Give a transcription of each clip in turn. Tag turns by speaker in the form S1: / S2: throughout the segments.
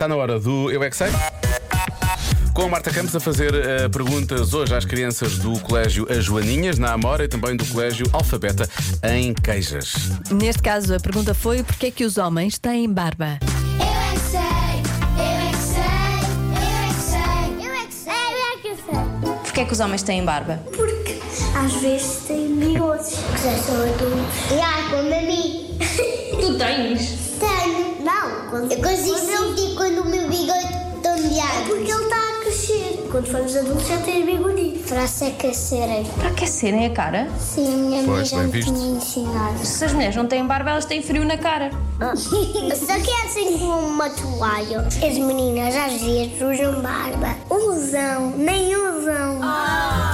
S1: Está na hora do Eu É Que Sei. Com a Marta Campos a fazer eh, perguntas hoje às crianças do Colégio As Joaninhas, na Amora, e também do Colégio Alfabeta, em Queijas.
S2: Neste caso, a pergunta foi: porquê é que os homens têm barba?
S3: Eu é que sei, eu é que sei, eu é que sei, eu é que sei, eu é que sei.
S4: Porquê é que os homens têm barba?
S3: Porque às vezes tem miúdos que já são adultos. E ai, como a mim.
S4: Tu tens?
S3: Tenho. Não, quando, eu consigo sentir quando o meu bigode tombeado. É porque ele está a crescer. Quando formos adultos já tens bigodinho. Para se aquecerem.
S4: Para aquecerem a né, cara?
S3: Sim, a minha mãe
S1: Pois,
S3: já
S1: bem
S3: me
S1: visto.
S3: tinha ensinado.
S4: Se as mulheres não têm barba, elas têm frio na cara.
S3: Ah. Só que é assim como uma toalha. As meninas às vezes usam barba. Usam, nem usam.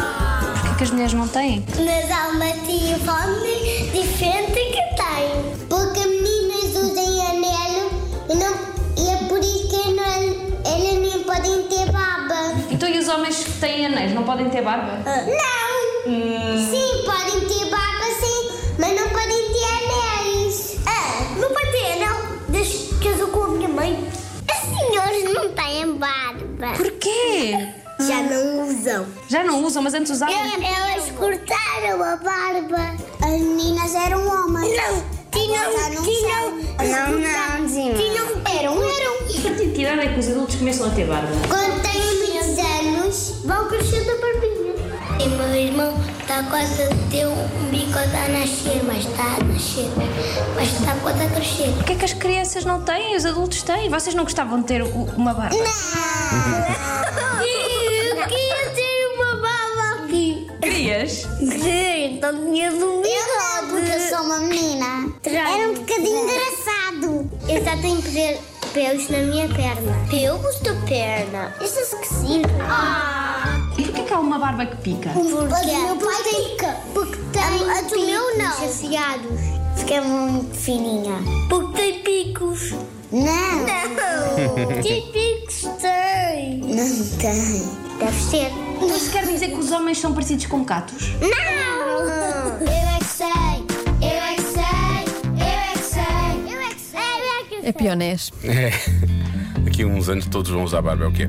S4: Porquê é que as mulheres não têm?
S3: Mas há uma tia fome diferente que tem. Porque meninas usam anel e, não, e é por isso que não, elas nem podem ter barba.
S4: Então e os homens que têm anéis não podem ter barba?
S3: Não! Sim, podem ter barba, sim, mas não podem ter anéis. Ah, não pode ter anel desde que casou com a minha mãe. As senhoras não têm barba.
S4: Porquê?
S3: Já não usam.
S4: Já não usam, mas antes usavam.
S3: Elas cortaram a barba. As meninas eram homens. Não, tinham, tinham. Não, não, tinham. Eram, eram.
S4: A partir de que idade é que os adultos começam a ter barba?
S3: Quando têm muitos anos, vão crescendo a barbinha. E meu irmão está quase a ter um bigode a nascer, mas está a nascer. Mas está quase a crescer.
S4: Porquê é que as crianças não têm e os adultos têm? Vocês não gostavam de ter u- uma barba?
S3: Não! Eu queria ter uma barba aqui.
S4: Querias?
S3: Gente, não tinha dúvida. Eu não, porque eu sou uma menina. Era um bocadinho engraçado. Eu já tenho pe- pelos na minha perna. Pelos da perna? Isso é esquisito. Ah!
S4: E porquê é que há uma barba que pica?
S3: Porque o meu pai tem... Porque tem a, do meu não. afiados. Fica é muito fininha. Porque tem picos. Não. Não. que picos tem? Não tem. Deve ter.
S4: Isso quer dizer que os homens são parecidos com gatos?
S3: Não! Eu é que sei! Eu é que sei! Eu é que sei! Eu é que sei!
S2: É pionés.
S1: É. Daqui a uns anos todos vão usar barba, é o que é.